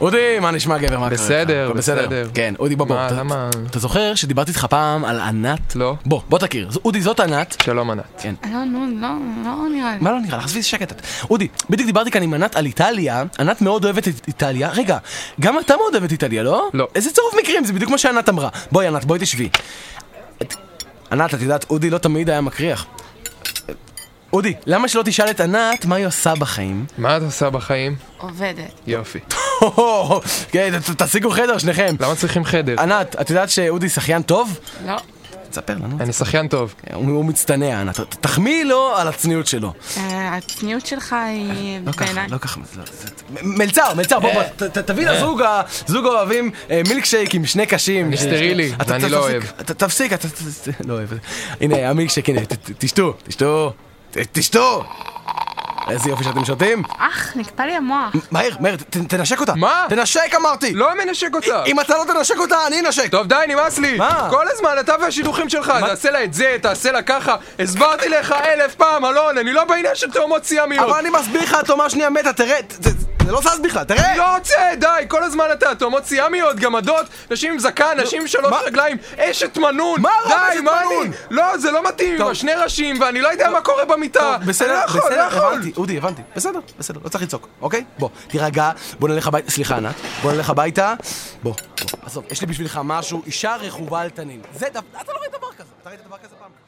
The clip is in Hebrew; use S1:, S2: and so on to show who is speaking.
S1: אודי, מה נשמע גבר? מה קורה לך?
S2: בסדר,
S1: הכל
S2: בסדר.
S1: כן, אודי בבוא.
S2: מה,
S1: אתה-
S2: למה?
S1: אתה זוכר שדיברתי איתך פעם על ענת?
S2: לא.
S1: בוא, בוא תכיר. זו- אודי, זאת ענת.
S2: שלום ענת.
S3: לא, נו, לא, לא נראה לי.
S1: מה לא נראה לך? עזבי שקט. את. אודי, בדיוק דיברתי כאן עם ענת על איטליה, ענת מאוד אוהבת את איטליה. רגע, גם אתה מאוד אוהב את איטליה, לא?
S2: לא.
S1: איזה צירוף מקרים, זה בדיוק מה שענת אמרה. בואי ענת, בואי תשבי. את- ענת, את יודעת, אודי לא תמיד היה מקריח. אודי, למה שלא תשאל את ענת מה היא עושה בחיים?
S2: מה את עושה בחיים?
S3: עובדת.
S2: יופי.
S1: כן, ת- תשיגו חדר שניכם.
S2: למה צריכים חדר?
S1: ענת, את יודעת שאודי שחיין טוב?
S3: לא.
S1: תספר לנו.
S2: אני שחיין טוב.
S1: כן, הוא הוא מצטנע, ענת. ת- תחמיאי לו על הצניעות שלו.
S3: אה, הצניעות שלך היא
S1: לא ככה,
S3: בעיניי...
S1: לא ככה. זה- זה- אה. מ- מלצר, מלצר, בוא, בוא, ת- ת- תביא לזוג ה- זוג האוהבים אה, מילקשייק עם שני קשים.
S2: אני סטרילי,
S1: אתה-
S2: ואני
S1: אתה-
S2: לא
S1: תפסיק, אתה- תפסיק, אתה... ת- לא אוהב. הנה, המילקשייק, הנה, ת- ת- תשתו, תשתו, ת- תשתו! איזה יופי שאתם שותים.
S3: אך, נקפא לי המוח.
S1: מהר, מהר, ת- תנשק אותה.
S2: מה?
S1: תנשק אמרתי!
S2: לא מנשק אותה!
S1: אם אתה לא תנשק אותה, אני אנשק!
S2: טוב די, נמאס לי!
S1: מה?
S2: כל הזמן אתה והשידוכים שלך, תעשה לה את זה, תעשה לה ככה, הסברתי לך אלף פעם, אלון, אני לא בעניין של תאומות סיאמיות!
S1: אבל אני מסביר לך, התאומה שנייה מתה, תראה, ת- ת- זה לא זז בכלל, תראה!
S2: אני לא רוצה, די, כל הזמן אתה, תאומות סיאמיות, גמדות, נשים עם זקן, נשים עם שלוש
S1: מה?
S2: רגליים, אשת מנון!
S1: מה רע
S2: די,
S1: באשת
S2: לא- מה
S1: מנון?
S2: אני? לא, זה לא מתאים, עם שני ראשים, ואני לא יודע מה קורה במיטה!
S1: טוב, בסדר,
S2: אני לא יכול,
S1: בסדר,
S2: לא יכול!
S1: הבנתי, אודי, הבנתי, בסדר, בסדר, לא צריך לצעוק, אוקיי? בוא, תירגע, בוא נלך הביתה, סליחה ענת, בוא נלך הביתה, בוא, בוא, עזוב, יש לי בשבילך משהו, אישה רכובה על תנין. זה, דו- אתה לא ראית דבר כזה, אתה ראית דבר כזה פעם?